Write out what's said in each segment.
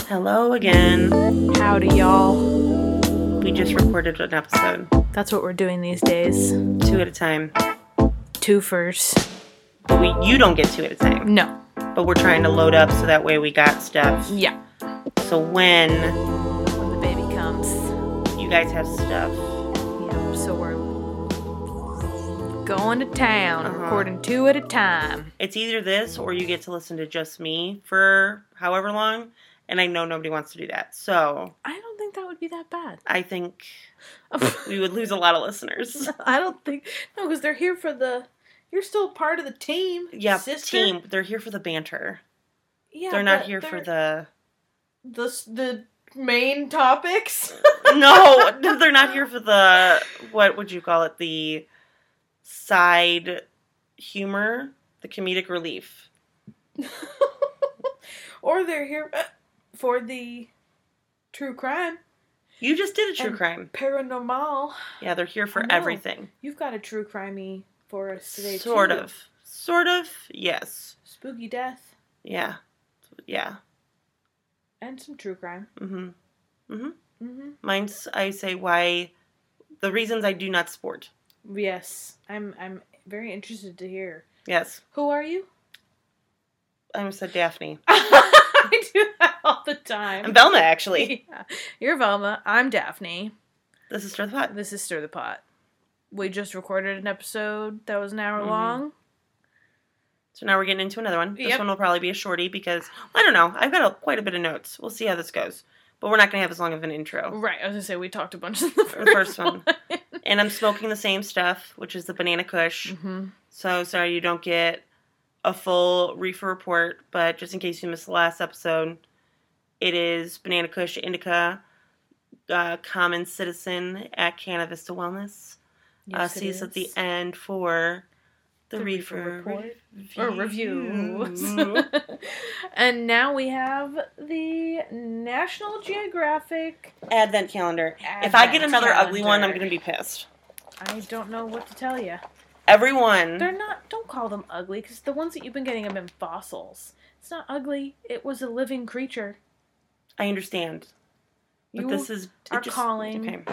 Hello again. Howdy, y'all. We just recorded an episode, That's what we're doing these days. two at a time. Two first. But we, you don't get two at a time. No. But we're trying to load up so that way we got stuff. Yeah. So when When the baby comes. you guys have stuff, Yeah. So we're going to town, Uh-huh. recording two at a time. it's either this or you get to listen to just me for however long. And I know nobody wants to do that. So I don't think that would be that bad. I think we would lose a lot of listeners. I don't think no, because they're here for the. You're still part of the team. Yeah, sister. team. They're here for the banter. Yeah, they're not but here for they're- the. the s- the main topics. no, they're not here for the what would you call it? The side humor, the comedic relief. or they're here uh, for the true crime, You just did a true And- crime. paranormal. Yeah, they're here I for know. everything. You've got a true crimey for us today, Sort too. of. Sort of. Yes. spooky death Yeah. Yeah. and some true crime. Mhm. hmm Mine's I say why the reasons I do not sport. Yes, I'm. I'm very interested to hear. Yes. Who are you? I'm said Daphne. I do that all the time. I'm Velma actually. Yeah. You're Velma. I'm Daphne. This is Stir the Pot. This is Stir the Pot. We just recorded an episode that was an hour Mhm. long. So now we're getting into another one. This Yep. one will probably be a shorty because I don't know. I've got a, quite a bit of notes. We'll see how this goes. But we're not going to have as long of an intro. Right. I was gonna say we talked a bunch of the For the first, first one. and I'm smoking the same stuff, which is the banana kush. Mm-hmm. So sorry you don't get a full reefer report, but just in case you missed the last episode, it is banana kush indica, uh, common citizen at Canna Vista Wellness. uh, see us at the end for the, The reefer reefer, report. review. or reviews. and now we have the National Geographic. Advent calendar. if I get advent another ugly one, I'm calendar. going to be pissed. I don't know what to tell you. Everyone. They're not. Don't call them ugly, because the ones that you've been getting have been fossils. It's not ugly. It was a living creature. I understand. But You this is. it are calling-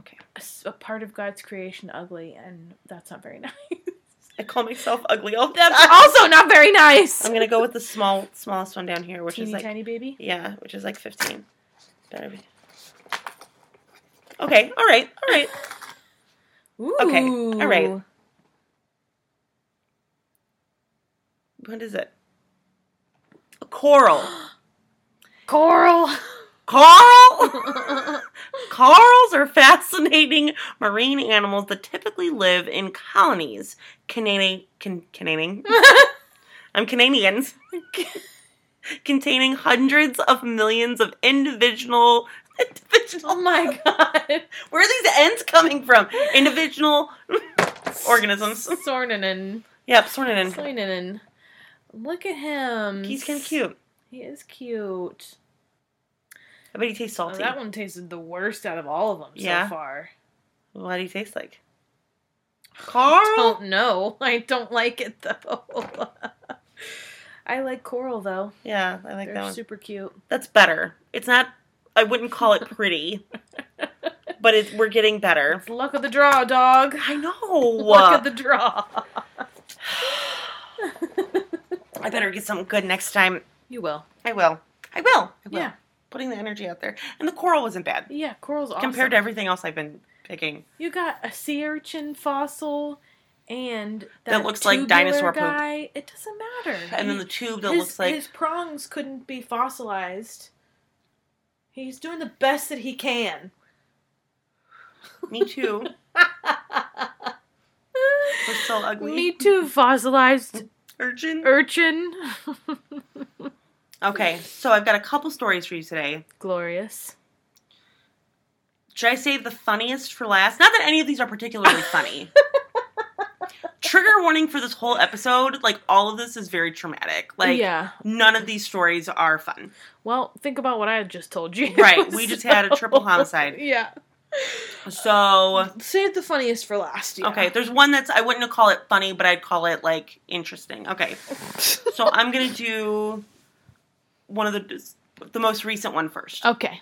Okay. a s- a part of God's creation ugly, and that's not very nice. I call myself ugly all the That's time. also not very nice. I'm going to go with the small, smallest one down here, which Teeny is like. tiny baby. Yeah, which is like 15. Better be. Okay, all right, all right. Ooh. okay, all right. What is it? A coral. Coral. Coral? Corals are fascinating marine animals that typically live in colonies. Canadian, can, Canadian, I'm Canadians, containing hundreds of millions of individual, individual. oh my god. Where are these ends coming from? Individual organisms. Sornanen. Yep, Sornanen. Sornanen. Look at him. He's kind of cute. He is cute. I bet he tastes Oh, salty. that one tasted the worst out of all of them Yeah. so far. What do he taste like? Carl. Don't know. I don't like it though. I like coral though. Yeah, I like They're that one. super cute. That's better. It's not. I wouldn't call it pretty, but it, we're getting better. It's luck of the draw, dog. I know. Luck of the draw. I better get something good next time. You will. I will. I will. I will. Yeah. Putting the energy out there, and the coral wasn't bad Yeah, coral's awesome. compared to everything else I've been picking. You got a sea urchin fossil and That looks like tubular dinosaur poop. guy. It doesn't matter. And then He- the tube that his, looks like his prongs couldn't be fossilized. He's doing the best that he can. me too. We're so ugly. Me too, fossilized Urchin. urchin. Okay, so I've got a couple stories for you today. Glorious. Should I save the funniest for last? Not that any of these are particularly funny, Trigger warning for this whole episode. Like all of this is very traumatic. Like yeah. none of these stories are fun. Well, think about what I had just told you. Right. We just had a triple So- homicide. Yeah. So Save the funniest for last. Yeah. okay, there's one that's I wouldn't call it funny, but I'd call it like interesting. Okay. So I'm gonna do one of the the most recent one first. okay.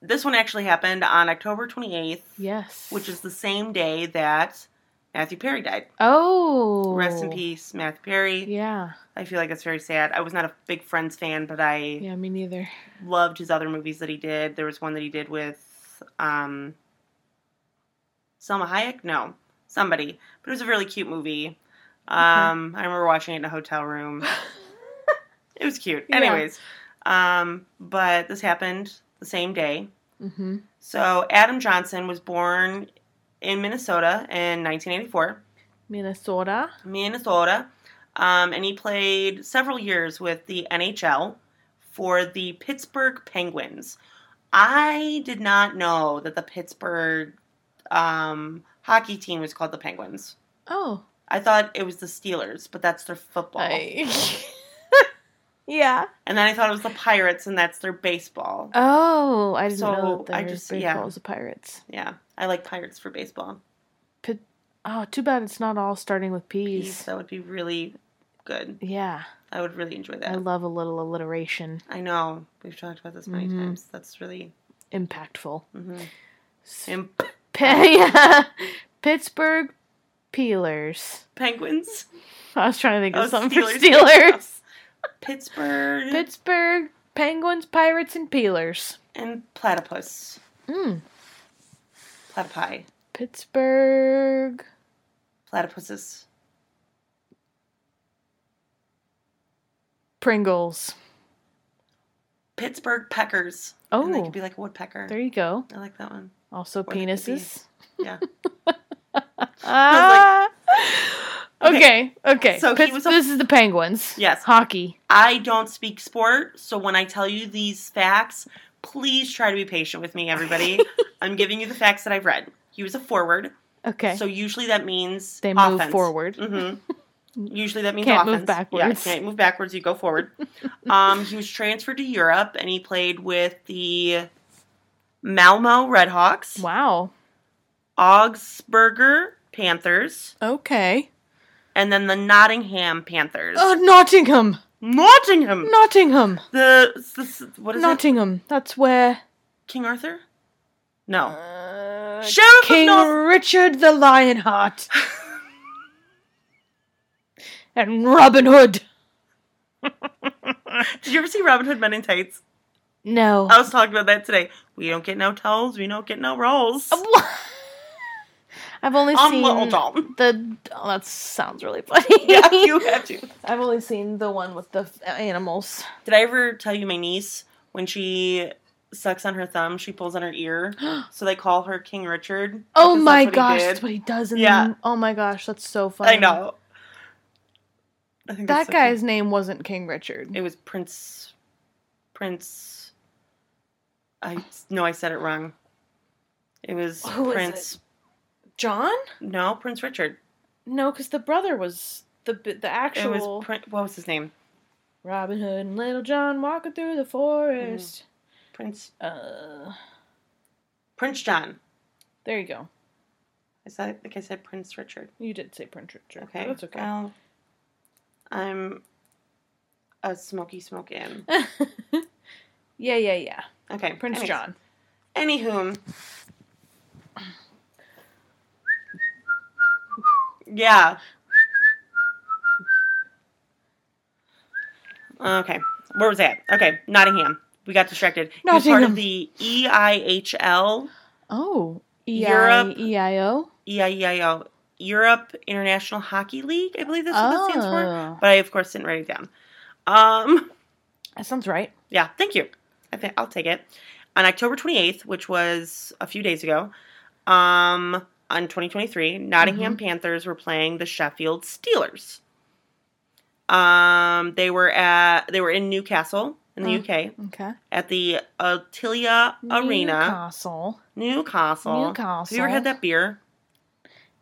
This one actually happened on October 28th, Yes. which is the same day that Matthew Perry died. oh. Rest in peace, Matthew Perry. Yeah. I feel like that's very sad. I was not a big Friends fan, but I Yeah. Me neither. loved his other movies that he did. There was one that he did with um, Selma Hayek. No, somebody. But it was a really cute movie. Um, I remember watching it in a hotel room. It was cute. Yeah. Anyways, um, but this happened the same day. mm-hmm. So Adam Johnson was born in Minnesota in 1984, Minnesota. Minnesota, um, and he played several years with the NHL for the Pittsburgh Penguins. I did not know that the Pittsburgh um, hockey team was called the Penguins. Oh. I thought it was the Steelers, but that's their football. I- yeah. And then I thought it was the Pirates, and that's their baseball. Oh, I didn't know So, that there I was just- baseball yeah. was the Pirates. Yeah, I like Pirates for baseball. Pit- oh, too bad it's not all starting with Peas, P's. that would be really good. Yeah, I would really enjoy that. I love a little alliteration. I know we've talked about this many Mhm. times. That's really Impactful. mhm. S- Imp- Pe- yeah. Pittsburgh Peelers. penguins. I was trying to think of Oh, something for Steelers. Steelers. Pittsburgh Pittsburgh Penguins, Pirates, and Peelers. and platypus. Mm. Platypi. Pittsburgh. Platypuses. Pringles. Pittsburgh peckers. And they Oh, could be like a woodpecker. there you go. I like that one. Also Or they could be- penises. Yeah. Ah. okay, okay. So So he was a- this is the Penguins. Yes. Hockey. I don't speak sport, so when I tell you these facts, please try to be patient with me, everybody. I'm giving you the facts that I've read. He was a forward, Okay. so usually that means they move offense. forward. hmm Usually that means Can't move offense. backwards. Yeah, can't move backwards. You go forward. um, he was transferred to Europe and he played with the Malmo Redhawks, Wow. Augsburger Panthers, Okay. and then the Nottingham Panthers. Oh, Nottingham. Nottingham. Nottingham. The, the what is it? Nottingham. That's where King Arthur? No. uh, Sheriff King of North. Richard the Lionheart and Robin Hood. Did you ever see Robin Hood Men in Tights? No. I was talking about that today. We don't get no tolls. We don't get no rolls. I've only Oh, I'm seen Little Tom. the. Oh, that sounds really funny. Yeah, you have to. I've only seen the one with the f- animals. Did I ever tell you my niece when she sucks on her thumb, she pulls on her ear, so they call her King Richard? Oh because that's my what he gosh, did. that's what he does in Yeah. the Oh my gosh, that's so funny. I know. I think That that's so guy's name wasn't King Richard. cute. It was Prince. Prince. I no, I said it wrong. It was Who is Prince. John? No, Prince Richard. No, because the brother was the b- the It actual was Prin- what was his name? Robin Hood and Little John walking through Mm-hmm. the forest. Prince Uh, Prince John. there you go. I said, I think I said Prince Richard. You did say Prince Richard. Okay, that's okay. Well, I'm a smoky smoke in. yeah, yeah, yeah. Okay, Prince anyways. John. Anywho. Yeah. Okay. Where was that? Okay, Nottingham. We got distracted. He was part Nottingham. of the E EIHL, Oh, E I Europe. E I O. EIEIO, E Europe International Hockey League, I believe that's what that stands for. Oh, But I, of course, didn't write it down. Um. that sounds right. Yeah, thank you. I think I'll take it. On October 28th, which was a few days ago, um, on 2023, Nottingham Panthers were playing the Sheffield Steelers. Um, they were at they were in Newcastle in the Mm. UK Okay. at the Attilia Arena, Newcastle. Newcastle. Newcastle. Have you ever had that beer?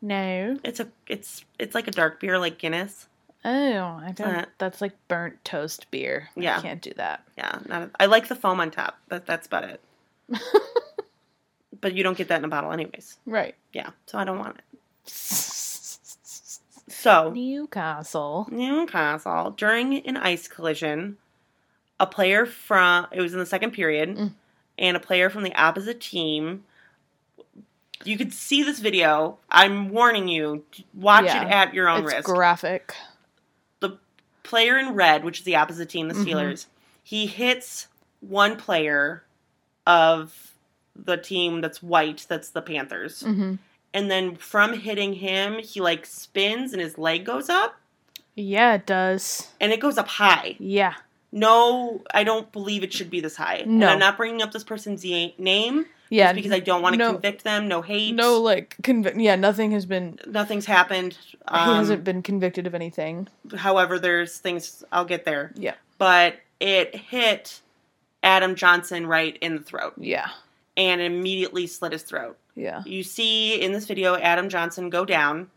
No. It's a it's it's like a dark beer like Guinness. Oh, I don't. Uh, that's like burnt toast beer. Yeah. I can't do that. Yeah, not a, I like the foam on top. That that's about it. but you don't get that in a bottle anyways. Right. Yeah, so I don't want it. So Newcastle. Newcastle during an ice collision, a player from it was in the second period, Mm. and a player from the opposite team. You could see this video. I'm warning you. Watch Yeah. it at your own It's risk. graphic. the player in red, which is the opposite team, the Mhm. Steelers, he hits one player of the team that's white, that's the Panthers. hmm And then from hitting him, he like spins and his leg goes up Yeah, it does. and it goes up high. Yeah. No, I don't believe it should be this high. And No. I'm not bringing up this person's y- name Yeah. just because I don't want to no- convict them. No hate. no, like convict. Yeah, nothing has been. Nothing's happened. he Um, hasn't been convicted of anything. however, there's things I'll get there. Yeah. But it hit Adam Johnson right in the throat Yeah. and immediately slit his throat. Yeah. You see in this video Adam Johnson go down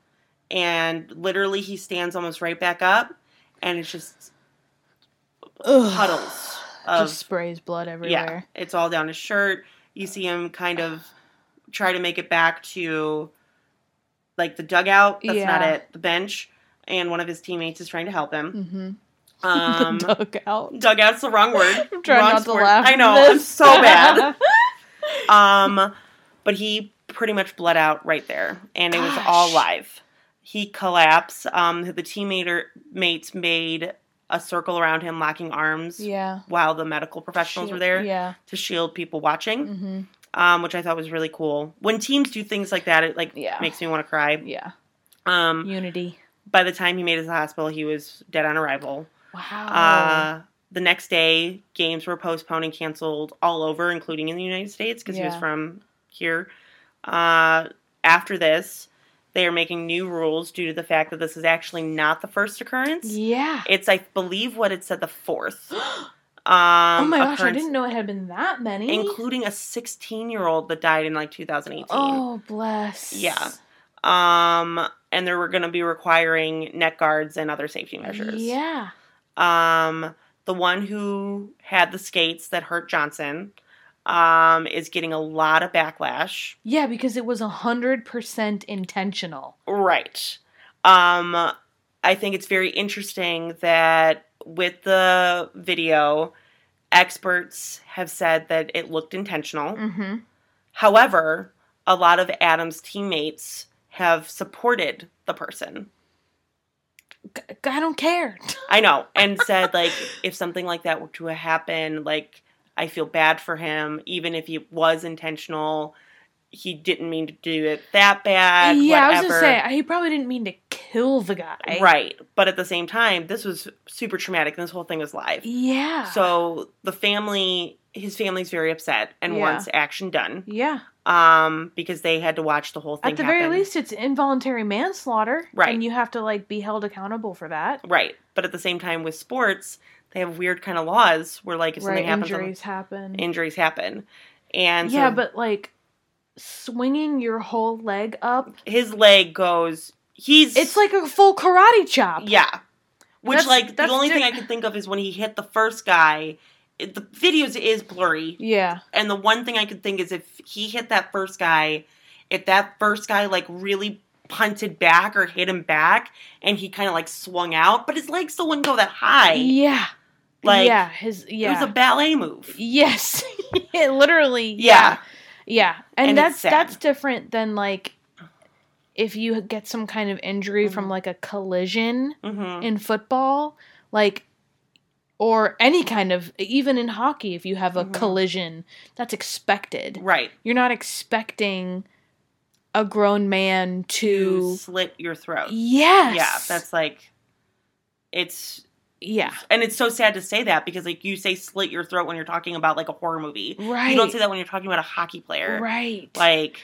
and literally he stands almost right back up and it's just Ugh. puddles of Just sprays blood yeah, everywhere. it's all down his shirt. You see him kind of try to make it back to like the dugout. That's not Yeah. it. The bench and one of his teammates is trying to help him. Mm-hmm. Um dugout. dugout's the wrong word. I'm trying wrong not to sport. laugh. I at know, this. I'm so bad. Um, but he pretty much bled out right there, and it was all Gosh. live. He collapsed. Um, the teammate mates made a circle around him, locking arms, yeah. while the medical professionals Shit. were there Yeah. to shield people watching, hmm um, which I thought was really cool. When teams do things like that, it like Yeah. makes me want to cry. Yeah. Um, Unity. by the time he made it to the hospital, he was dead on arrival. Wow. Uh, the next day, games were postponed and canceled all over, including in the United States, because he was Yeah. from here. Uh, after this, they are making new rules due to the fact that this is actually not the first occurrence. yeah. It's, I believe, what it said the fourth. Um, oh my gosh, I didn't know it had been that many. including a 16 year old that died in like 2018. oh, bless. Yeah. Um, and they were going to be requiring neck guards and other safety measures. Yeah. Um, the one who had the skates that hurt Johnson um, is getting a lot of backlash. Yeah, because it was 100% intentional. Right. Um, I think it's very interesting that with the video, experts have said that it looked intentional. Mm-hmm. However, a lot of Adam's teammates have supported the person. I I don't care. I know, and said like if something like that were to happen, like I feel bad for him, even if he was intentional, he didn't mean to do it that bad. yeah, I was whatever. going to say, he probably didn't mean to kill the guy. right, but at the same time, this was super traumatic, and this whole thing was live. Yeah. So the family, his family's very upset and Yeah. wants action done, Yeah. um, because they had to watch the whole thing. At the happen. very least, it's involuntary manslaughter. Right. And you have to, like, be held accountable for that. right? But at the same time, with sports, they have weird kind of laws where like if right. something happens, on- Injuries happen. injuries happen. And yeah, so but, like, swinging your whole leg up, his leg goes. He's it's like a full karate chop. yeah, which That's- like that's the only thing di- I can think of is when he hit the first guy. It, the videos is blurry, Yeah. and the one thing I could think is if he hit that first guy, if that first guy like really punted back or hit him back, and he kind of like swung out, but his leg still wouldn't go that high. yeah. Like yeah, his yeah. it was a ballet move. Yes. it literally. Yeah. Yeah. Yeah. And, And it's that's sad. that's different than like if you get some kind of injury from Mhm. like a collision Mm-hmm. in football, like or any kind of even in hockey if you have a Mhm. collision, that's expected. Right. You're not expecting a grown man To to slit your throat. Yes. Yeah, that's like it's yeah. and it's so sad to say that because like you say slit your throat when you're talking about like a horror movie. Right. You don't say that when you're talking about a hockey player. Right. Like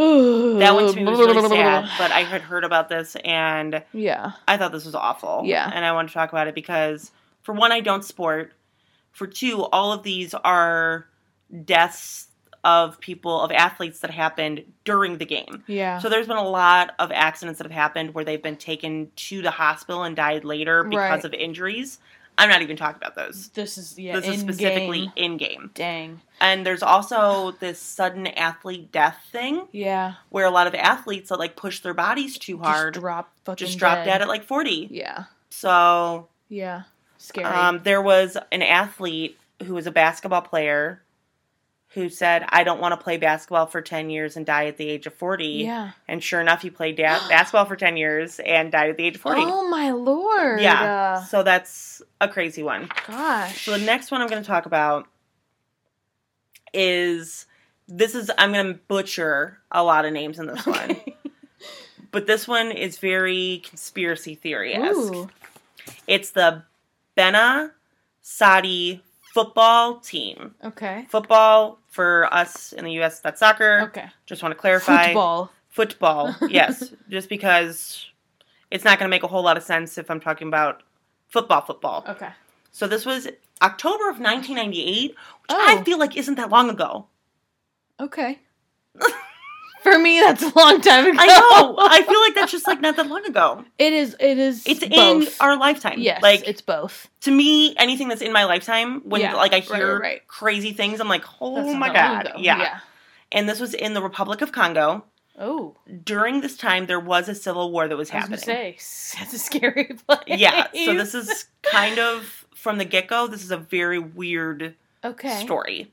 Ooh. that one to me was really sad, but I had heard about this and Yeah. I thought this was awful. Yeah. And I want to talk about it because for one I don't sport. For two, all of these are deaths of people of athletes that happened during the game. Yeah. So there's been a lot of accidents that have happened where they've been taken to the hospital and died later because Right. of injuries. I'm not even talking about those. This is yeah. this is specifically in game. Dang. And there's also this sudden athlete death thing Yeah. where a lot of athletes that like push their bodies too hard Just drop fucking. just dropped dead. dead at like 40. Yeah. So Yeah. Scary. um, there was an athlete who was a basketball player who said, I don't want to play basketball for 10 years and die at the age of 40. yeah. And sure enough, he played da- basketball for 10 years and died at the age of 40. Oh my lord. yeah. Uh, So that's a crazy one. gosh. So the next one I'm going to talk about is this is, I'm going to butcher a lot of names in this one, but this one is very conspiracy theory esque. Ooh. It's the Bena Sadi football team. Okay. Football for us in the U.S. That's soccer. Okay. Just want to clarify. Football. Football, yes. Just because it's not going to make a whole lot of sense if I'm talking about football, football. Okay. So this was October of 1998, which Oh. I feel like isn't that long ago. Okay. For me, that's a long time ago. I know. I feel like that's just like not that long ago. It is. It is. It's in both. our lifetime. Yes. Like it's both. to me, anything that's in my lifetime, when Yeah, like I right, hear right, right. crazy things, I'm like, oh That's my not long god, ago, yeah. And this was in the Republic of Congo. Oh, During this time, there was a civil war that was I was gonna happening. say s- that's a scary place. yeah, so this is kind of from the get go. This is a very weird Okay. story.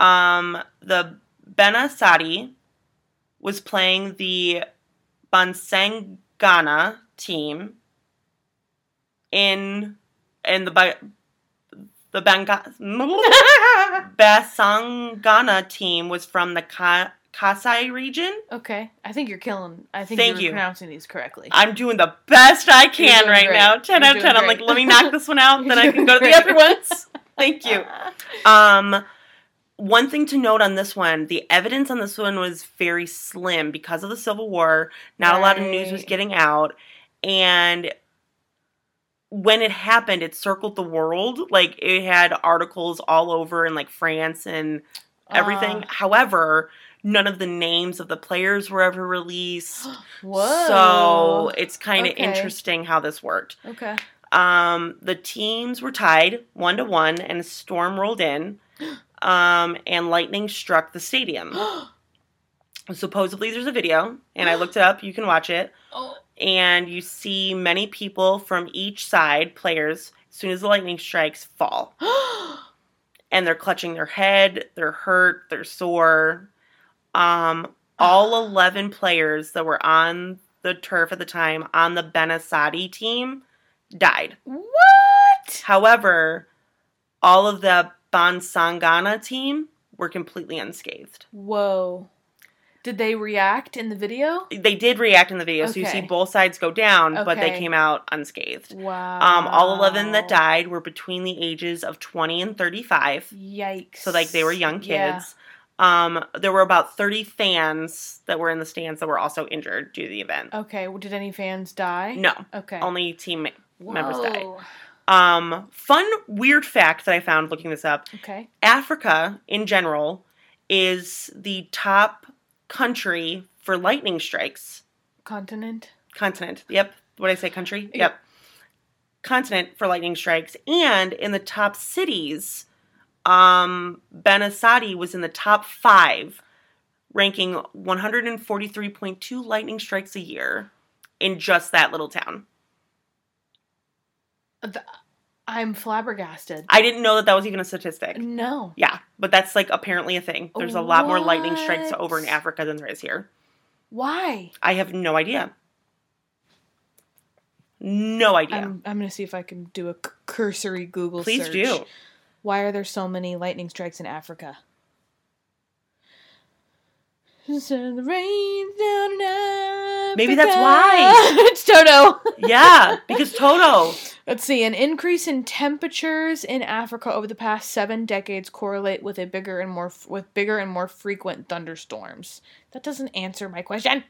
Um, the Bena Sadi was playing the Bansangana team in in the Ba- the Banga, Basangana team was from the Ka- Kasai region. okay. I think you're killing. I think Thank you're you. pronouncing these correctly. I'm doing the best I can doing right great. now. 10 You're out of doing 10. I'm great. like, let me knock this one out, You're then I doing can go to the great. other ones. Thank you. Ah, Um, one thing to note on this one, the evidence on this one was very slim because of the Civil War. Not a lot of news was Right. getting out, and when it happened, it circled the world. Like it had articles all over in like France and everything. ah, Uh, However, none of the names of the players were ever released. whoa. So it's kind of Okay. interesting how this worked. Okay. Um, the teams were tied one to one, and a storm rolled in, um, and lightning struck the stadium. Supposedly, there's a video, and I looked it up. You can watch it, oh, and you see many people from each side, players, as soon as the lightning strikes, fall, and they're clutching their head. They're hurt. They're sore. Um, all 11 players that were on the turf at the time on the Benasadi team died. what? However, all of the Bansangana team were completely unscathed. Whoa. did they react in the video? They did react in the video, so you see Okay. both sides go down, but they Okay. came out unscathed. Wow. Um, all 11 that died were between the ages of 20 and 35. Yikes. So, like, they were young Yeah. kids. Um, there were about 30 fans that were in the stands that were also injured due to the event. Okay. Well, did any fans die? No, Okay. only team. members died. Whoa. Um, fun, weird fact that I found looking this up Okay. Africa in general is the top country for lightning strikes. Continent. Continent. Yep. What did I say? Country? Yeah. Yep. Continent for lightning strikes. And in the top cities, um, Benasadi was in the top five, ranking 143.2 lightning strikes a year in just that little town. I'm flabbergasted. I didn't know that that was even a statistic. No. Yeah, but that's like apparently a thing. There's a lot more lightning strikes What? over in Africa than there is here. Why? I have no idea. No idea. I'm, I'm gonna see if I can do a c- cursory Google Please search. do. Why are there so many lightning strikes in Africa? Send the rain down in Maybe that's Africa. why. it's Toto. yeah, because Toto. Let's see. An increase in temperatures in Africa over the past seven decades correlate with a bigger and more f- with bigger and more frequent thunderstorms. That doesn't answer my question.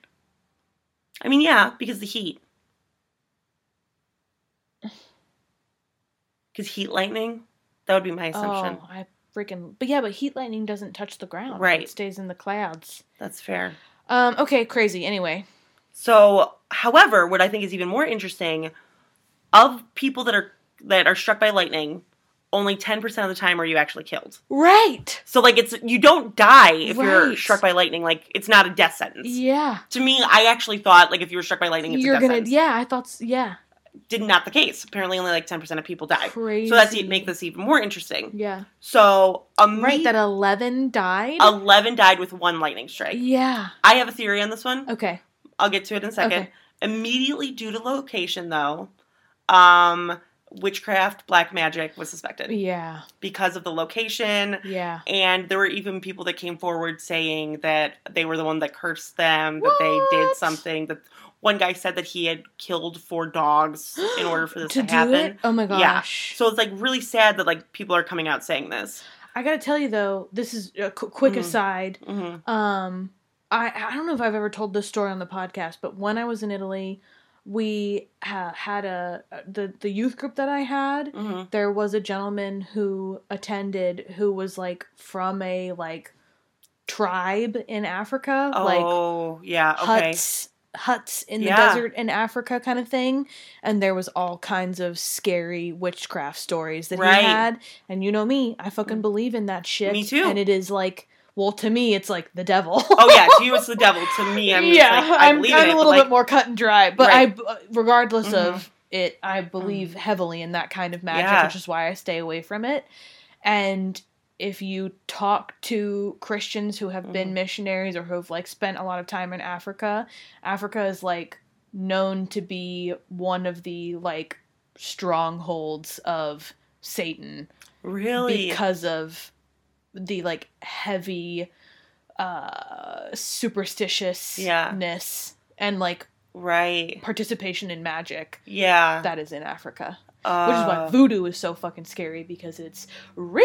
I mean, yeah, because the heat. Because heat lightning? That would be my assumption. Oh, I freaking. But yeah, but heat lightning doesn't touch the ground. Right. It stays in the clouds. That's fair. Um. Okay. Crazy. Anyway. So, however, what I think is even more interesting of people that are that are struck by lightning, only 10% of the time are you actually killed. Right. So like it's you don't die if you're Right. struck by lightning. Like it's not a death sentence. Yeah. To me, I actually thought like if you were struck by lightning, it's a You're death gonna. sentence. Yeah. I thought. s- Yeah. Did not the case. Apparently, only like 10% of people die. Crazy. So that's e- make this even more interesting. Yeah. So a Right. That eleven died. 11 died with one lightning strike. yeah. I have a theory on this one. Okay. I'll get to it in a second. Okay. Immediately due to location, though, um, witchcraft, black magic was suspected Yeah. because of the location. Yeah. And there were even people that came forward saying that they were the one that cursed them, that they did What? something. That one guy said that he had killed four dogs in order for this to, to do happen. it. Oh my Yeah. gosh. So it's like really sad that like people are coming out saying this. I gotta tell you though, this is a qu- quick Mhm. aside. hmm Um, I I don't know if I've ever told this story on the podcast, but when I was in Italy, we ha- had a the the youth group that I had. hmm There was a gentleman who attended who was like from a like tribe in Africa, like Oh yeah. Okay. huts huts in Yeah. the desert in Africa kind of thing. And there was all kinds of scary witchcraft stories that Right. Mm. he had. And you know me, I fucking believe in that shit. Me too. And it is like well to me it's like the devil. Oh yeah. To you, it's the devil. To me, I'm yeah, just like I I'm, believe I'm in it. a but, little like, bit more cut and dry, but I Right. b I, regardless Mhm. of it, I believe heavily in that kind of magic, Yeah. which is why I stay away from it. And if you talk to Christians who have Mhm. been missionaries or who have like spent a lot of time in Africa, Africa is like known to be one of the like strongholds of Satan really. because of the like heavy uh superstitiousness and like right. participation in magic Yeah. that is in Africa. uh, Which is why voodoo is so fucking scary because it's real.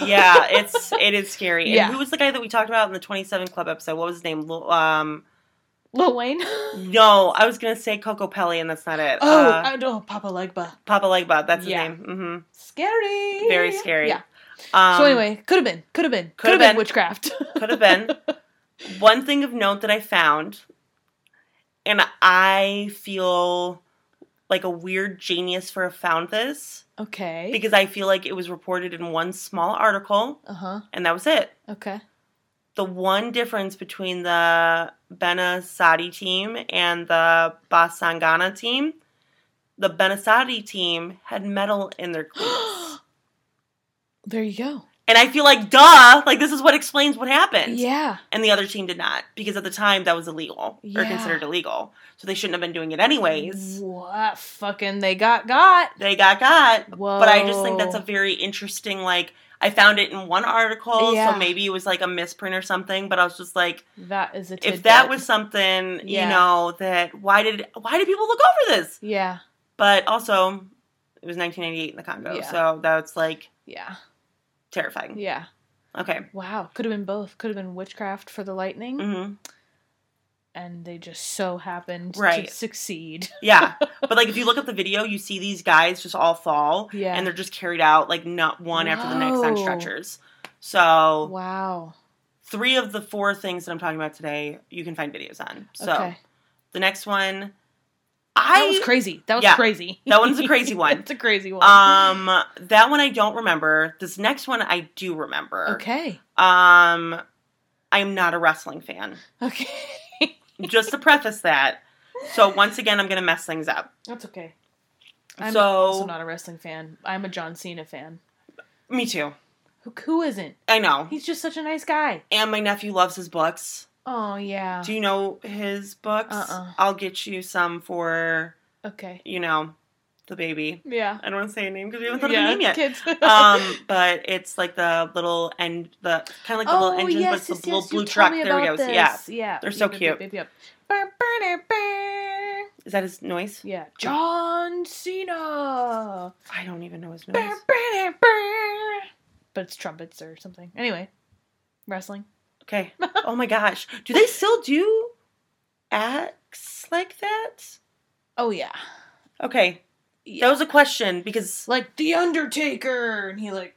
Uh, yeah, it's it is scary. And Yeah. who was the guy that we talked about in the 27 Club episode? What was his name? Lil- Um, Lil Wayne. Uh, no, I was gonna say Coco Pelli, and that's not it. Oh, uh, I don't Papa Legba. Papa Legba. That's his yeah. name. Scary. Very scary. Yeah. hmm Um, so anyway, could have been, could have been, could have been, witchcraft. could have been one thing of note that I found, and I feel like a weird genius for have found this okay. because I feel like it was reported in one small article, uh-huh. and that was it. Okay. the one difference between the Benasadi team and the Basangana team, the Benasadi team had metal in their cleats. there you go. and I feel like, duh, like this is what explains what happened. Yeah. And the other team did not, because at the time that was illegal or Yeah. considered illegal. So they shouldn't have been doing it anyways. What fucking they got got. They got got. Whoa. But I just think Oh. that's a very interesting, like, I found it in one article, Yeah. so maybe it was like a misprint or something, but I was just like, that is a if tidbit. that was something you Yeah. know that why did why did people look over this yeah but also it was 1988 in the congo Yeah. so that's like yeah terrifying yeah okay wow could have been both could have been witchcraft for the lightning hmm and they just so happened Mm-hmm. Right. to succeed yeah but like if you look at the video you see these guys just all fall yeah and they're just carried out like not one after the next on Whoa. stretchers so wow three of the four things that i'm talking about today you can find videos on so okay the next one that i was crazy that was yeah. crazy That one's a crazy one. it's a crazy one um that one i don't remember this next one i do remember okay Um, I'm not a wrestling fan. okay Just to preface that. So once again, I'm gonna mess things up. that's okay i'm So- also not a wrestling fan i'm a john cena fan Me too. who, who isn't I know. he's just such a nice guy And my nephew loves his books. oh yeah Do you know his books? Uh-uh. I'll get you some for okay you know the baby. yeah I don't want to say a name because we haven't thought yeah of a name yet. kids um, but it's like the little and the kind of like the Oh, little engine, but it's the little blue you told truck. me There we go. about So, yeah, this. yeah. They're so Yep, cute. yep, yep, yep. Burr, burr, burr. is that his noise? Yeah, John Cena. I don't even know his noise. Burr, burr, burr. But it's trumpets or something. Anyway, wrestling. Okay. Oh my gosh. Do they still do acts like that? Oh yeah. Okay. Yeah. That was a question because Like the Undertaker, and he like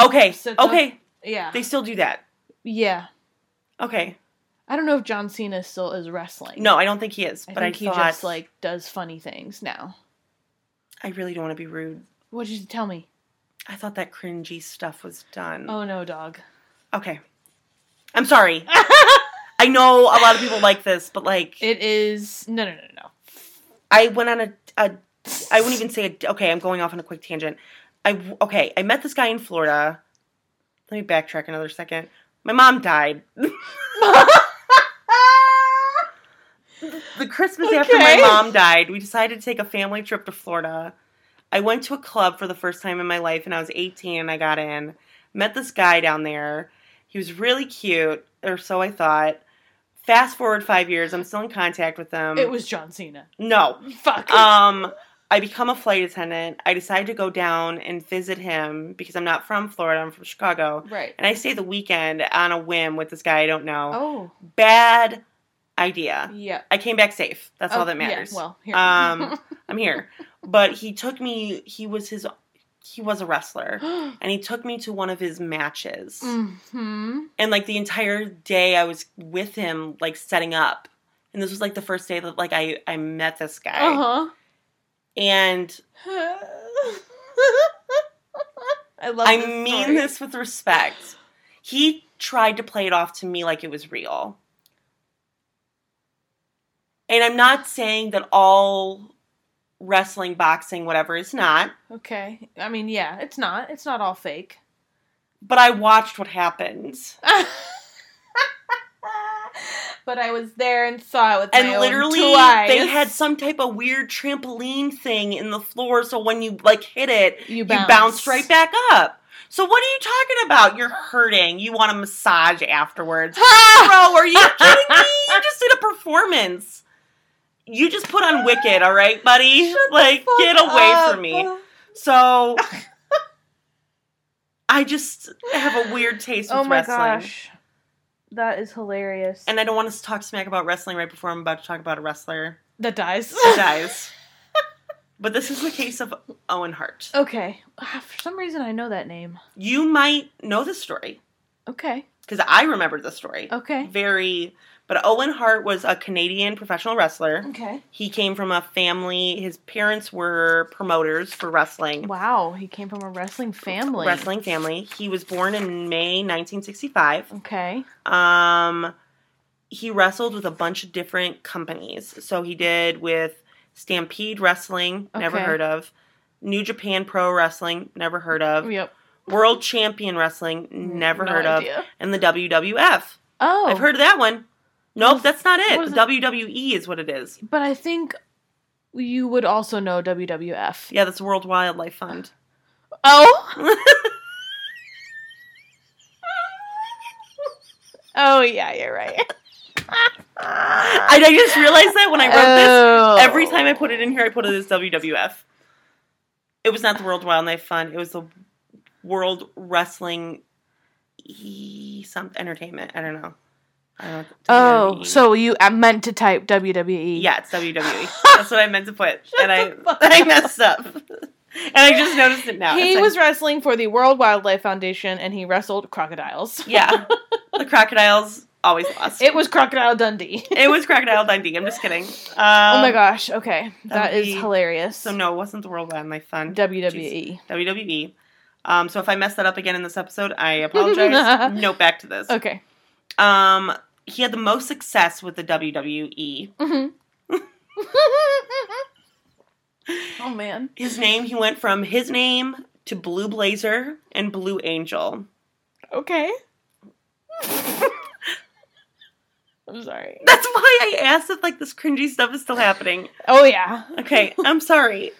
Okay. Sits up- okay. Yeah. They still do that. yeah. Okay. I don't know if John Cena still is wrestling. No, I don't think he is. I but think I he thought, just like does funny things now. I really don't want to be rude. What did you tell me? I thought that cringy stuff was done. Oh no, dog. Okay. I'm sorry. I know a lot of people like this, but like It is no, no, no, no, no. I went on a, a I wouldn't even say a, okay. I'm going off on a quick tangent. I okay. I met this guy in Florida. Let me backtrack another second. My mom died. the Christmas after my Okay. mom died, we decided to take a family trip to Florida. I went to a club for the first time in my life, and I was 18. And I got in, met this guy down there. He was really cute, or so I thought. Fast forward five years, I'm still in contact with him. It was John Cena. no Fuck. um I become a flight attendant. I decide to go down and visit him because I'm not from Florida, I'm from Chicago. right. And I stay the weekend on a whim with this guy I don't know. Oh, Bad idea. yeah. I came back safe. That's Oh, all that yeah, matters. Well, here. Um, I'm here. But he took me he was his he was a wrestler. And he took me to one of his matches. hmm And like the entire day I was with him, like setting up. And this was like the first day that like I, I met this guy. Uh And huh. I love. I this mean story. this with respect. He tried to play it off to me like it was real. And I'm not saying that all wrestling, boxing, whatever is not, Okay. I mean, yeah. It's not. It's not all fake. but I watched what happened. but I was there and saw it with my And own literally, two eyes. they had some type of weird trampoline thing in the floor, so when you like hit it, you you bounce right back up. So what are you talking about? You're hurting. You want a massage afterwards. Bro, are you kidding me? You just did a performance. You just put on Wicked, all right, buddy? like, get away from me. So, I just have a weird taste with Oh my wrestling. gosh, that is hilarious. And I don't want to talk smack about wrestling right before I'm about to talk about a wrestler that dies. who dies. but this is the case of Owen Hart. okay. Ah, For some reason, I know that name. You might know this story Okay. because I remember the story. Okay. Very. But Owen Hart was a Canadian professional wrestler. Okay. He came from a family. His parents were promoters for wrestling. Wow, he came from a wrestling family. Wrestling family. He was born in May 1965. Okay. Um, he wrestled with a bunch of different companies. So he did with Stampede Wrestling, never Okay. heard of. New Japan Pro Wrestling, never heard of. Yep. World Champion Wrestling, never Oh, No heard of. idea. And the WWF. Oh, I've heard of that one. Nope, that's not what is it. it? WWE E is what it is. but I think you would also know WWF. Yeah, that's World Wildlife Fund. Oh. oh yeah, you're right. I, I just realized that when I wrote Oh. this. Every time I put it in here, I put it as WWF. It was not the World Wildlife Fund. It was the World Wrestling e- some entertainment. I don't know. I don't know. Oh, WWE. so you I meant to type E. WWE. yeah, it's WWE. That's what I meant to put, and I the fuck I messed up, and I just noticed it now. he It's like- was wrestling for the World Wildlife Foundation and he wrestled crocodiles. yeah. The crocodiles always lost. It was Crocodile Dundee. It was Crocodile Dundee. I'm just kidding. Um, oh my gosh. Okay. That is Dundee. hilarious. E. So no, it wasn't the World Wildlife Fund. WWE. WWE. Um, so if I mess that up again in this episode, I apologize. no, back to this. Okay. Um, he had the most success with the E. WWE. Mhm. oh man. His name, he went from his name to Blue Blazer and Blue Angel. Okay. I'm sorry. That's why I asked if like this cringy stuff is still happening. Oh yeah. Okay, I'm sorry.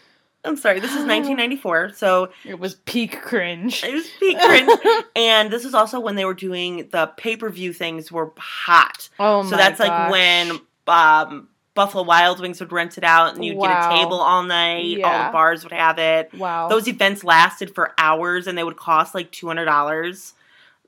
I'm sorry. This is 1994, so It was peak cringe. It was peak cringe. and this is also when they were doing the pay per view things were hot. Oh my so that's like gosh. when um, Buffalo Wild Wings would rent it out and you'd get Wow. a table all night. All Yeah. the bars would have it. Wow. Those events lasted for hours and they would cost like $200.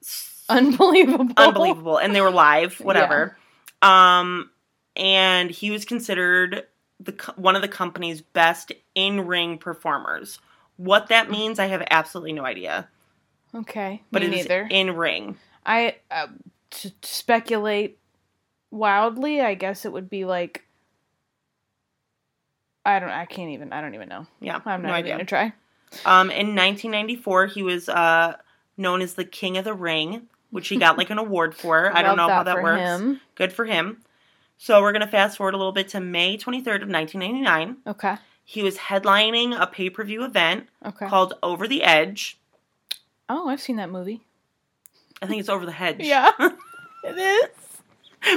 S- unbelievable. Unbelievable. And they were live, whatever. Um, and he was considered the co- one of the company's best in ring performers. What that means, I have absolutely no idea. Okay. but Mm. me it was neither. in ring. I uh, to, to speculate wildly, I guess it would be like I don't. I can't even. I don't even know. Yeah, I'm no not even idea. gonna try. Um, in 1994, he was uh, known as the King of the Ring, which he got like an award for. I don't know Love how that for works. him. Good for him. So we're gonna fast forward a little bit to May 23rd of 1999. Okay. He was headlining a pay per view event Okay. called Over the Edge. Oh, I've seen that movie. I think it's Over the Hedge. Yeah, it is.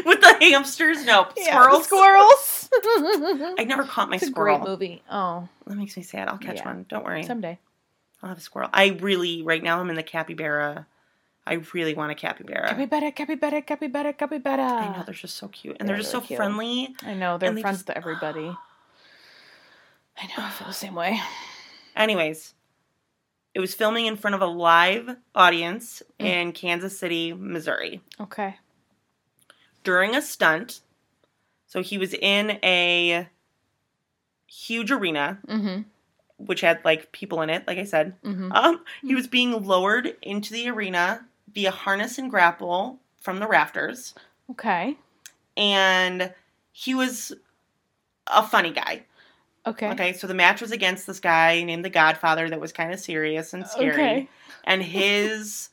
With the hamsters? Nope. Yeah, Squirrels. Squirrels. I never caught my it's a squirrel. great movie. Oh, That makes me sad. I'll catch Yeah. one. Don't worry. someday. I'll have a squirrel. I really right now I'm in the capybara. I really want a capybara. Capybara, capybara, capybara, capybara. I know they're just so cute and they're They're just really so cute. friendly. I know they're And they friends just- with everybody. I know. I feel the same way. Anyways, it was filming in front of a live audience in Kansas City, Missouri Okay. during a stunt. So he was in a huge arena Mm-hmm. which had like people in it, like I said. Mm-hmm. Um, he was being lowered into the arena via harness and grapple from the rafters, Okay. and he was a funny guy. Okay. Okay, so the match was against this guy named the Godfather that was kind of serious and scary, Okay. and his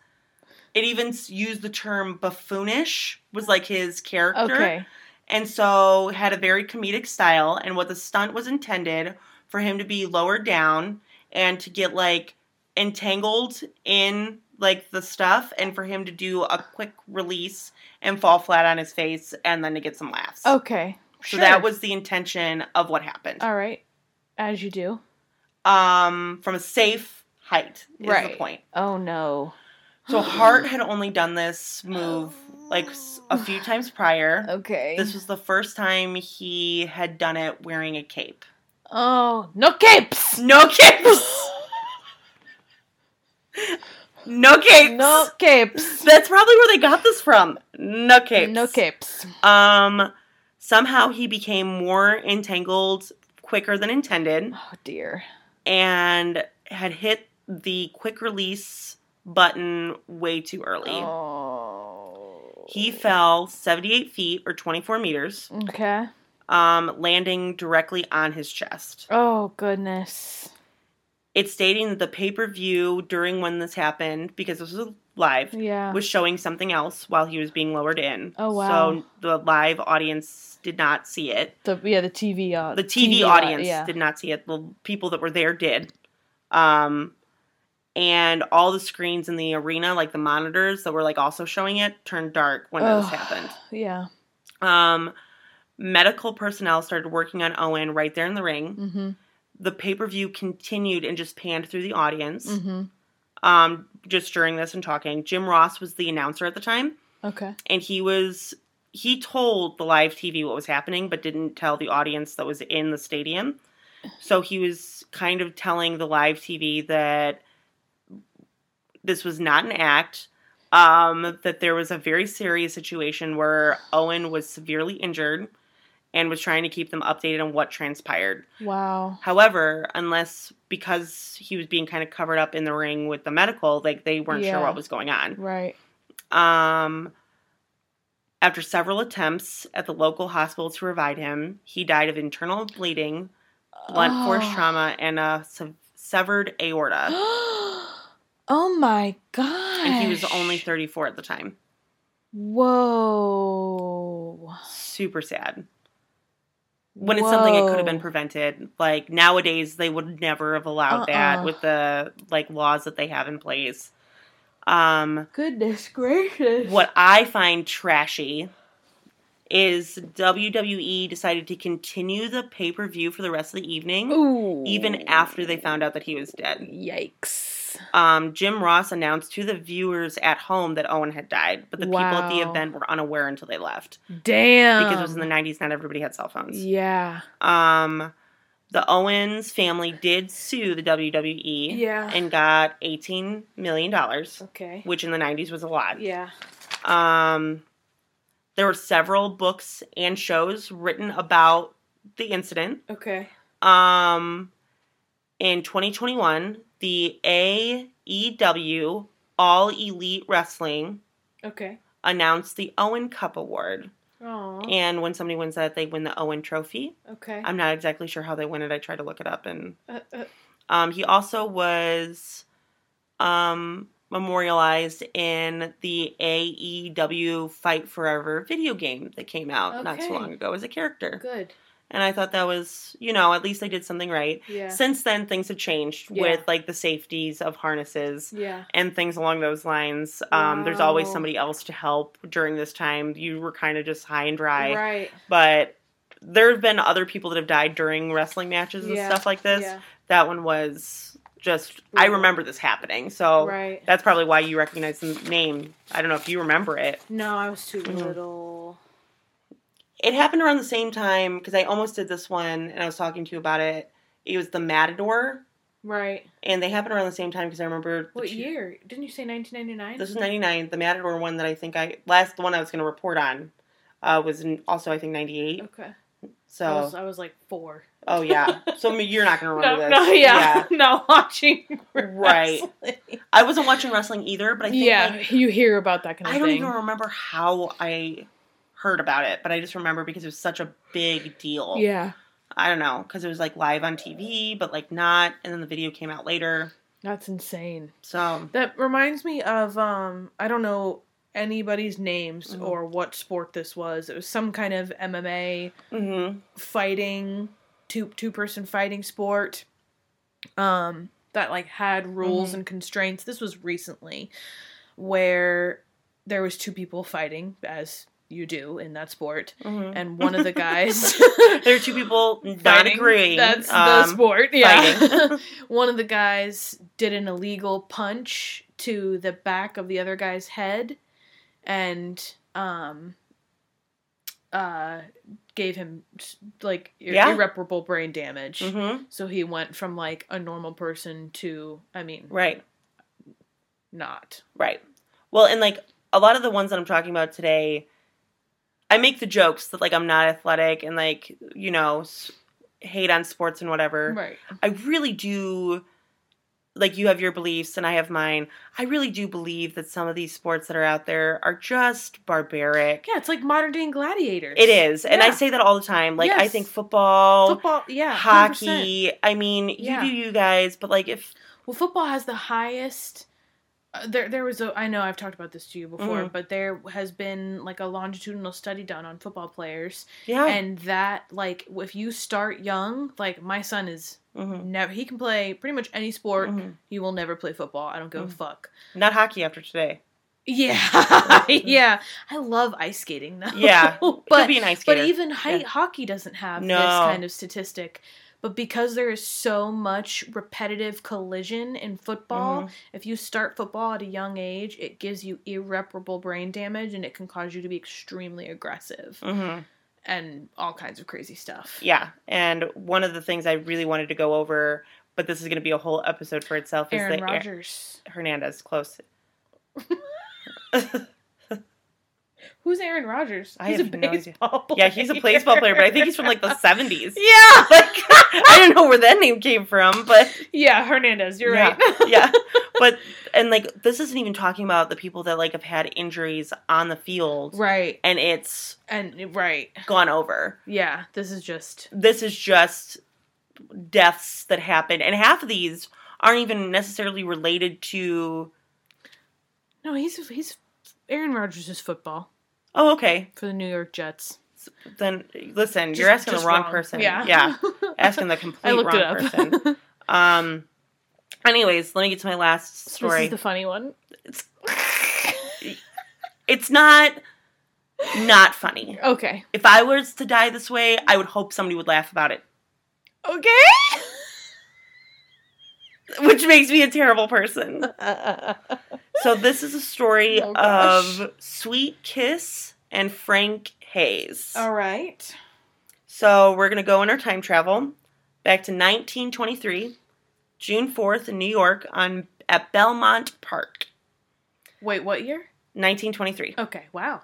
it even s- used the term buffoonish was like his character, Okay. and so had a very comedic style. And what the stunt was intended for him to be lowered down and to get like entangled in like the stuff, and for him to do a quick release and fall flat on his face, and then to get some laughs. Okay. So that was the intention of what happened. Oh, all right. As you do. Um, from a safe height is the Right. point. Oh no. So Hart had only done this move like s- a few times prior. Okay. This was the first time he had done it wearing a cape. oh no capes. No capes. No capes. No capes. That's probably where they got this from. No capes. No capes. Um, somehow he became more entangled quicker than intended, Oh dear. and had hit the quick release button way too early. Oh. He fell 78 feet or 24 meters, Okay. um, landing directly on his chest. Oh goodness. It's stating that the pay per view during when this happened, because this was live, Yeah. was showing something else while he was being lowered in. Oh, wow. So the live audience did not see it. the yeah the TV uh, The TV, uh, audience yeah. did not see it. The people that were there did. Um, and all the screens in the arena, like the monitors that were like also showing it, turned dark when this Ugh. happened. Yeah. Um, medical personnel started working on Owen right there in the ring. Mm-hmm. The pay per view continued and just panned through the audience. Mm-hmm. Um, just during this and talking, Jim Ross was the announcer at the time, Okay. and he was he told the live TV what was happening, but didn't tell the audience that was in the stadium. So he was kind of telling the live TV that this was not an act. Um, that there was a very serious situation where Owen was severely injured and was trying to keep them updated on what transpired. Wow. However, unless because he was being kind of covered up in the ring with the medical, like they weren't Yeah. sure what was going on. Right. Um, after several attempts at the local hospital to revive him, he died of internal bleeding, blunt force Oh. trauma, and a se- severed aorta. oh my god. and he was only 34 at the time. Whoa. Super sad. When it's something that could have been Whoa. prevented. Like nowadays, they would never have allowed that Uh-uh. with the like laws that they have in place. Um, Goodness gracious. What I find trashy is WWE decided to continue the pay per view for the rest of the evening, Ooh. even after they found out that he was dead. Yikes. Um, Jim Ross announced to the viewers at home that Owen had died, but the people at the Wow. event were unaware until they left Damn. because it was in the 90s, not everybody had cell phones. Yeah. Um, the Owens family did sue the WWE Yeah. and got $18 million, okay. which in the 90s was a lot. Yeah. Um, there were several books and shows written about the incident. Okay. Um, in 2021, the AEW All Elite Wrestling Okay. announced the Owen Cup Award. Oh. And when somebody wins that, they win the Owen Trophy. Okay. I'm not exactly sure how they win it. I tried to look it up. And Uh, uh, um, he also was um, memorialized in the AEW Fight Forever video game that came out not too Okay. long ago as a character. good. And I thought that was, you know, at least they did something right. Yeah. Since then, things have changed Yeah. with like the safeties of harnesses yeah. and things along those lines. Um, There's always Wow. somebody else to help during this time. You were kind of just high and dry, Right. but there have been other people that have died during wrestling matches and Yeah. stuff like this. Yeah. That one was just, I Brutal. remember this happening. So Right. that's probably why you recognize the name. I don't know if you remember it. No, I was too Mhm. little. It happened around the same time because I almost did this one and I was talking to you about it. It was the Matador, Right. and they happened around the same time because I remember. the What two- year? Didn't you say 1999? This was '99. The Matador one that I think I last the one I was going to report on uh, was in, also I think '98. Okay. I, was, So I was like four. oh yeah, so I mean, you're not going to Oh, No, remember this. no, yeah. Not watching. Right. wrestling. I wasn't watching wrestling either, but I think yeah, like, you hear about that kind of I don't thing. even remember how I heard about it, but I just remember because it was such a big deal. Yeah, I don't know because it was like live on TV, but like not, and then the video came out later. that's insane. So That reminds me of um I don't know anybody's names Mhm. or what sport this was. It was some kind of MMA mm-hmm. fighting two two person fighting sport. Um that like had rules Mhm. and constraints. This was recently where there was two people fighting as you do in that sport Mm-hmm. and one of the guys there are two people not fighting. agreeing. That's the um, sport. Yeah. fighting. One of the guys did an illegal punch to the back of the other guy's head and um uh gave him like ir- Yeah. irreparable brain damage. Mhm. So he went from like a normal person to I mean Right, not. right. Well, and like a lot of the ones that I'm talking about today, I make the jokes that like I'm not athletic and like you know s- hate on sports and whatever. Right. I really do like you have your beliefs and I have mine. I really do believe that some of these sports that are out there are just barbaric. Yeah, it's like modern day gladiators. It is. And I Yeah. say that all the time. Like I Yes. think football, Football, yeah, 100%. hockey, I mean, you Yeah. do you guys, but like if Well, football has the highest. Uh, there, there was a. I know I've talked about this to you before, Mhm. but there has been like a longitudinal study done on football players, yeah. and that like if you start young, like my son is Mhm. never. He can play pretty much any sport. Mhm. He will never play football. I don't give Mhm. a fuck. Not hockey after today. Yeah, yeah. I love ice skating though. Yeah. But but be an ice but skater. even high, Yeah. hockey doesn't have No. this kind of statistic. But because there is so much repetitive collision in football, Mhm. if you start football at a young age, it gives you irreparable brain damage and it can cause you to be extremely aggressive Mhm. and all kinds of crazy stuff. Yeah. And one of the things I really wanted to go over, but this is going to be a whole episode for itself is Aaron the Rodgers. Hernandez close. Who's Aaron Rodgers? I He's have a no idea. baseball player. Yeah, he's a baseball player, but I think he's from like the 70s. Yeah. like I don't know where that name came from, but Yeah, Hernandez, you're Yeah. right. yeah. But and like this isn't even talking about the people that like have had injuries on the field right. and it's And right. gone over. Yeah, this is just This is just deaths that happen and half of these aren't even necessarily related to No, he's he's Aaron Rodgers is football Oh, okay. for the New York Jets. Then listen, Just- you're asking the just wrong, wrong. person. Yeah. Yeah. Asking the complete I looked it wrong up. person. Um anyways, let me get to my last this story. is the funny one. it's not not funny. Okay. If I was to die this way, I would hope somebody would laugh about it, Okay. which makes me a terrible person. So this is a story Oh, gosh. of Sweet Kiss and Frank Hayes. All right. So we're gonna go on our time travel back to 1923, June 4th in New York on at Belmont Park, Wait, what year? 1923, Okay. Wow.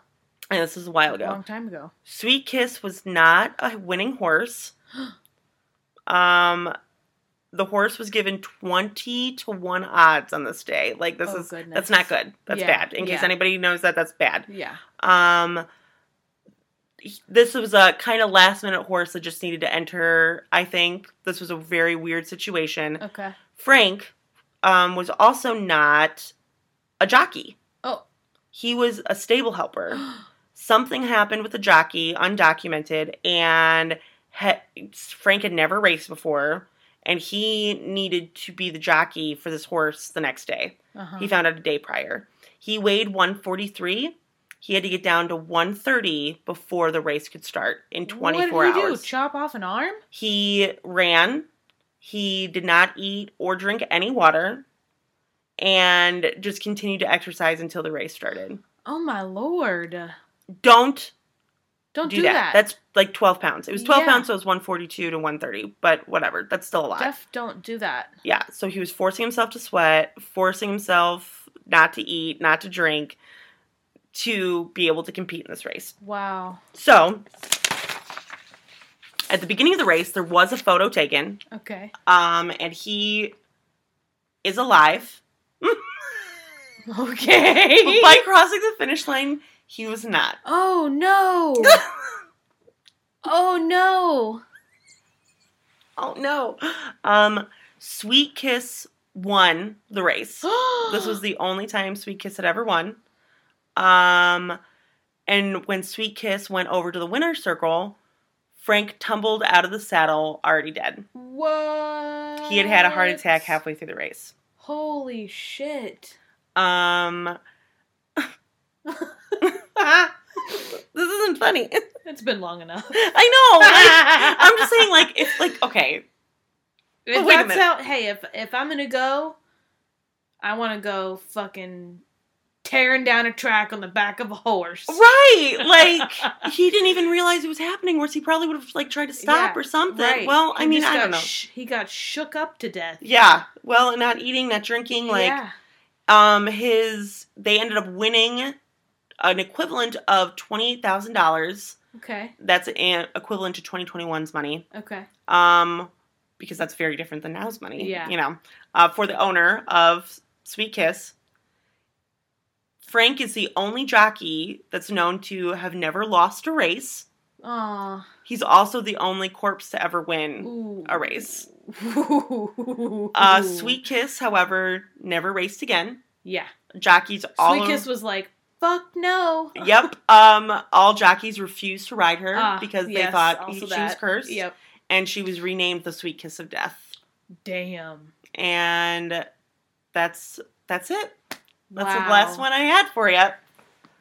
and this is a while ago. Long time ago. Sweet Kiss was not a winning horse. Um, the horse was given 20 to 1 odds on this day. Like this Oh, is goodness. that's not good. That's Yeah, bad. In case yeah. anybody knows that that's bad. Yeah. Um he- this was a kind of last minute horse that just needed to enter. I think this was a very weird situation. Okay. Frank um, was also not a jockey. Oh. He was a stable helper. Something happened with the jockey, undocumented, and he- Frank had never raced before, and he needed to be the jockey for this horse the next day. Uh-huh. He found out a day prior. He weighed 143. He had to get down to 130 before the race could start in 24 what did he hours. do? Chop off an arm? He ran. He did not eat or drink any water and just continued to exercise until the race started. Oh my lord! Don't Don't do, do, that. That's like 12 pounds. It was 12 Yeah. pounds, so it was 142 to 130, but whatever. That's still a lot. Def, don't do that. yeah. So he was forcing himself to sweat, forcing himself not to eat, not to drink to be able to compete in this race. Wow. So at the beginning of the race, there was a photo taken Okay. Um, and he is alive. Okay. But by crossing the finish line, he was not. oh no! oh no! Oh no. Um, Sweet Kiss won the race. this was the only time Sweet Kiss had ever won. Um, and when Sweet Kiss went over to the winner's circle, Frank tumbled out of the saddle already dead. what? He had had a heart attack halfway through the race. Holy shit! Um, this isn't funny. It's been long enough. I know. like, I'm just saying, like, it's like okay, If wait a that's minute. how, hey, if if I'm gonna go, I want to go fucking tearing down a track on the back of a horse. right? Like, he didn't even realize it was happening, or else he probably would have like tried to stop Yeah, or something. Right. Well, I He mean, just I got don't know. sh- he got shook up to death. yeah. Well, not eating, not drinking, like, yeah. um, his they ended up winning an equivalent of twenty eight thousand dollars. Okay. That's an equivalent to 2021's money. Okay. um, because that's very different than now's money. Yeah. You know, uh, for the owner of Sweet Kiss. Frank is the only jockey that's known to have never lost a race. Aw. He's also the only corpse to ever win Ooh. a race. Ooh. Uh, Sweet Kiss, however, never raced again. Yeah. Jockeys all Sweet Kiss was like, fuck no. Yep. Um, all jockeys refused to ride her Ah, because they yes, thought also he- she was that. cursed. Yep. And she was renamed the Sweet Kiss of Death. Damn. and that's that's it. That's Wow. the last one I had for you.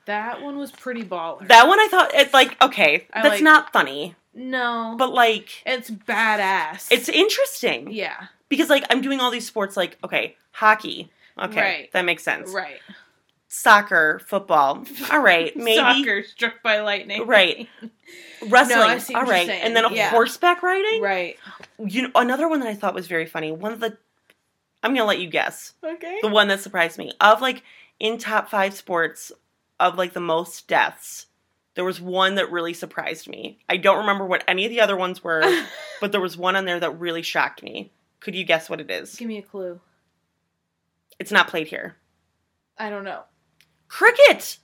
That one was pretty baller. That one I thought it's like okay, I that's like- not funny, no. but like it's badass. it's interesting yeah. because like I'm doing all these sports like okay, hockey. Okay, Right. that makes sense. Right. Soccer, football. All right, maybe Soccer struck by lightning. Right. wrestling. No, I see what all you're right, saying. and then a Yeah. horseback riding. Right. You know, another one that I thought was very funny. One of the I'm gonna let you guess. Okay. the one that surprised me of like in top five sports of like the most deaths there was one that really surprised me i don't remember what any of the other ones were but there was one on there that really shocked me could you guess what it is Give me a clue. it's not played here I don't know. cricket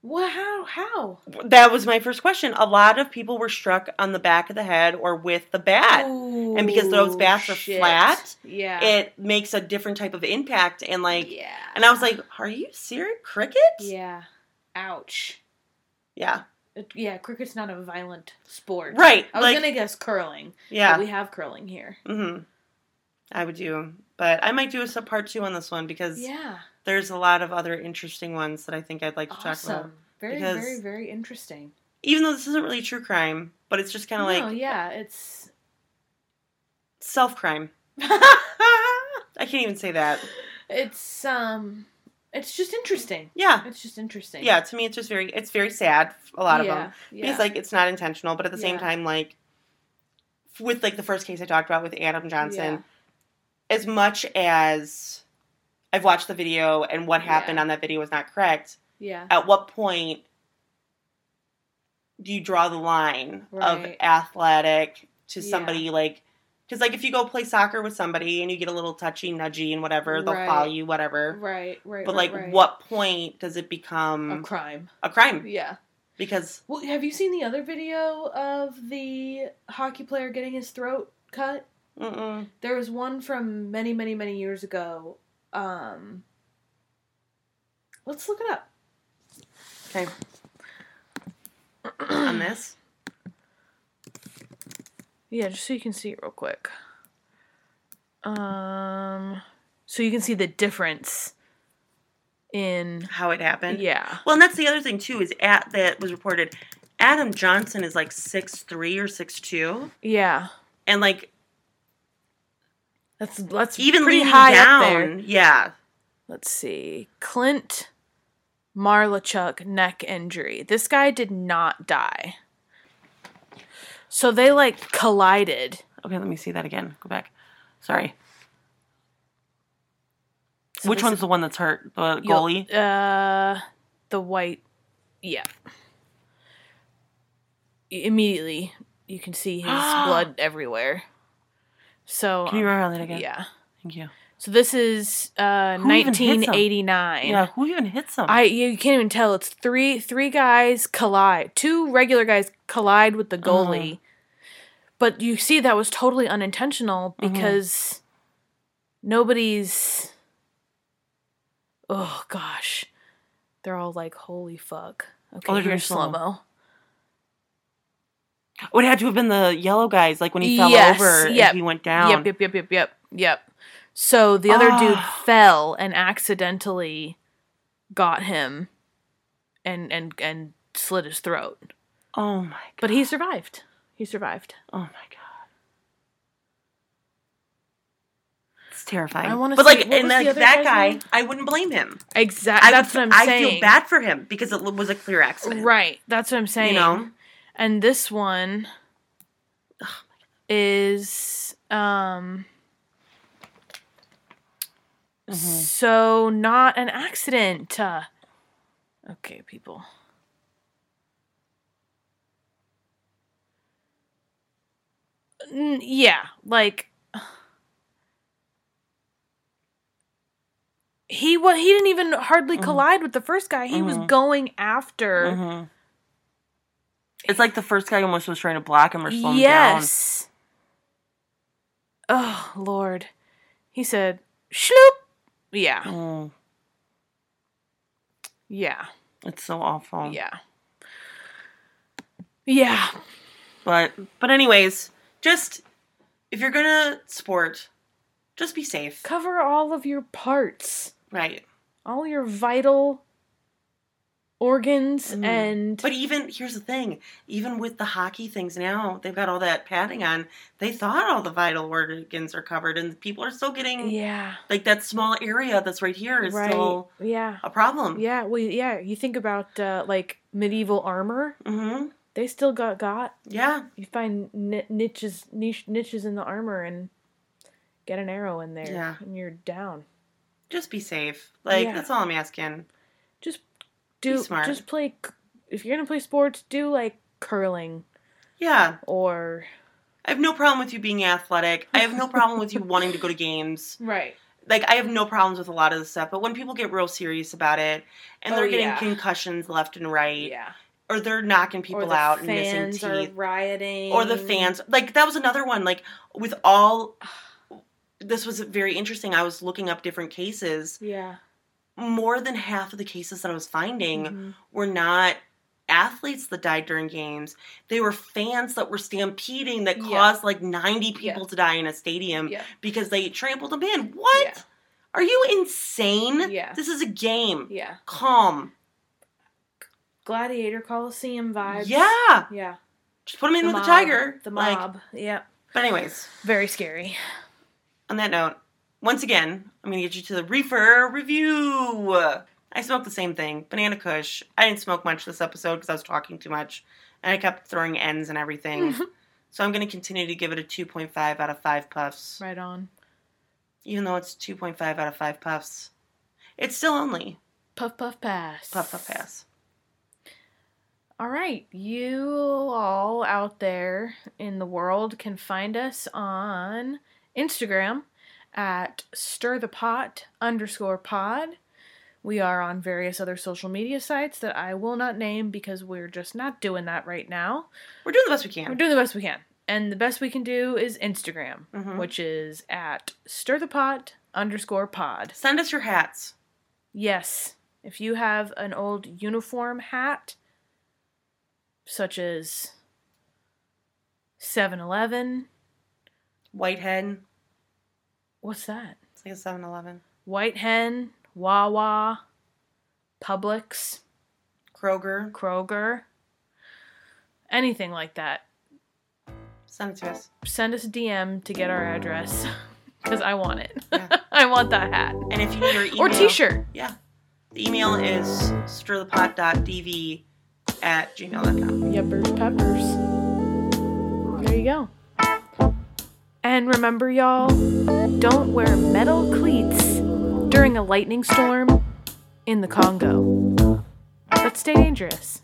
What? How? How? that was my first question a lot of people were struck on the back of the head or with the bat Ooh, and because those bats are flat, Oh, Yeah. it makes a different type of impact and like yeah. and i was like are you serious cricket yeah. Ouch. yeah It- yeah, cricket's not a violent sport. right I was like gonna guess curling. yeah But we have curling here. Mm-hmm. I would do, but I might do a sub part two on this one because Yeah. there's a lot of other interesting ones that I think I'd like to talk about. Awesome. Very, because- very, very interesting. Even though this isn't really true crime, but it's just kind No, of like yeah, it's self crime. I can't even say that. it's um it's just interesting. Yeah, It's just interesting. yeah. To me, it's just very it's very sad. A lot of them. Yeah. Because like it's not intentional, but at the same Yeah. time, like with like the first case I talked about with Adam Johnson, Yeah. as much as I've watched the video and what happened Yeah. on that video was not correct. yeah. at what point do you draw the line of Right. athletic to Yeah. somebody like Because like if you go play soccer with somebody and you get a little touchy, nudgy, and whatever, they'll Right. follow you, whatever. Right, right. But right, like, right. what point does it A become crime. a crime? Yeah. Because Well, have you seen the other video of the hockey player getting his throat cut? mm-mm. There was one from many, many, many years ago. Um, let's look it up. okay, on this, Yeah, just so you can see it real quick. Um, so you can see the difference in how it happened. yeah. Well, and that's the other thing too is at that was reported. Adam Johnson is like six three or six two, Yeah. and like That's that's even pretty leaning high down, up there. yeah, Let's see. Clint Marlachuk neck injury. This guy did not die. So they like collided. Okay, let me see that again. Go back. Sorry. So Which this- one's the one that's hurt? The you'll- goalie? Uh, the white. Yeah. I- Immediately, you can see his blood everywhere. So Can you um, remember that again? yeah. Thank you. So this is uh, Who even hits him? 1989. Yeah, who even hits him? I you can't even tell. It's three three guys collide. Two regular guys collide with the Uh-huh. goalie. But you see that was totally unintentional Mhm. because nobody's Oh gosh. They're all like, holy fuck. Okay, Oh, they're doing here's slow slow-mo. mo. Would have Oh, to have been the yellow guys, like when he fell Yes, over yep, and he went down. Yep, yep, yep, yep, yep, yep. So the other dude Ah. fell and accidentally got him and and and slit his throat. Oh my god. But he survived. He survived. Oh my god. It's terrifying. I wanna but see- like, what and was the like other that guy's guy, name? I wouldn't blame him. Exactly. I That's would- what I'm I saying. feel bad for him because it was a clear accident. Right. That's what I'm saying. You know? And this one is um Mhm. so not an accident. Uh, okay, people. N- yeah, like he wa he didn't even hardly Mhm. collide with the first guy. He was Mhm. going after. Mhm. It's like the first guy almost was trying to block him or slow him down. Yes. Oh Lord, he said, "Shloop." Yeah, Mm, yeah, it's so awful. yeah, yeah. But but anyways, just if you're gonna sport, just be safe. Cover all of your parts, Right. all your vital organs, Mm. and But even here's the thing, even with the hockey things now, they've got all that padding on. They thought all the vital organs are covered and people are still getting yeah, like that small area that's right here is right, still yeah, a problem. yeah. Well, yeah. You think about uh, like medieval armor; Mm-hmm. they still got got. Yeah. You find ni- niches niche, niches in the armor and get an arrow in there, Yeah. and you're down. Just be safe. Like Yeah. that's all I'm asking. just do smart. just play c- if you're gonna play sports do like curling Yeah. or I have no problem with you being athletic. I have no problem with you wanting to go to games. Right. Like I have no problems with a lot of this stuff, but when people get real serious about it and Oh, they're getting yeah. concussions left and right Yeah. or they're knocking people out and missing fans are teeth rioting. or the fans like that was another one like with all this was very interesting. I was looking up different cases. yeah More than half of the cases that I was finding Mm-hmm. were not athletes that died during games. They were fans that were stampeding that Yeah. caused like 90 people to die in a stadium Yeah. because they trampled them in. What? Yeah. Are you insane? Yeah. This is a game. Yeah. Calm. Gladiator Coliseum vibes. Yeah. Yeah. Just put them in with mob, a tiger. The Like, mob. yep. but anyways, very scary on that note, once again, I'm going to get you to the reefer review. I smoked the same thing, banana kush. I didn't smoke much this episode because I was talking too much and I kept throwing ends and everything. so I'm going to continue to give it a 2.5 out of 5 puffs. right on Even though it's 2.5 out of 5 puffs, it's still only puff puff pass puff puff pass. All right, you all out there in the world can find us on Instagram at stir the pot underscore pod. We are on various other social media sites that I will not name because we're just not doing that right now. We're doing the best we We're can. doing the best we can. And the best we can do is Instagram, Mhm. which is at stir the pot underscore pod. Send us your hats. Yes. If you have an old uniform hat, such as 7 Eleven, Whitehead. what's that? It's like a 7 Eleven. White Hen, Wawa, Publix, Kroger. Kroger, anything like that, Send it to us. send us a DM to get our address because I want it. Yeah. I want that hat. And if you need your email. Or t shirt. Yeah. The email is stirthepot.dv at gmail.com. Yepper peppers. There you go. And remember, y'all, don't wear metal cleats during a lightning storm in the Congo. But stay dangerous.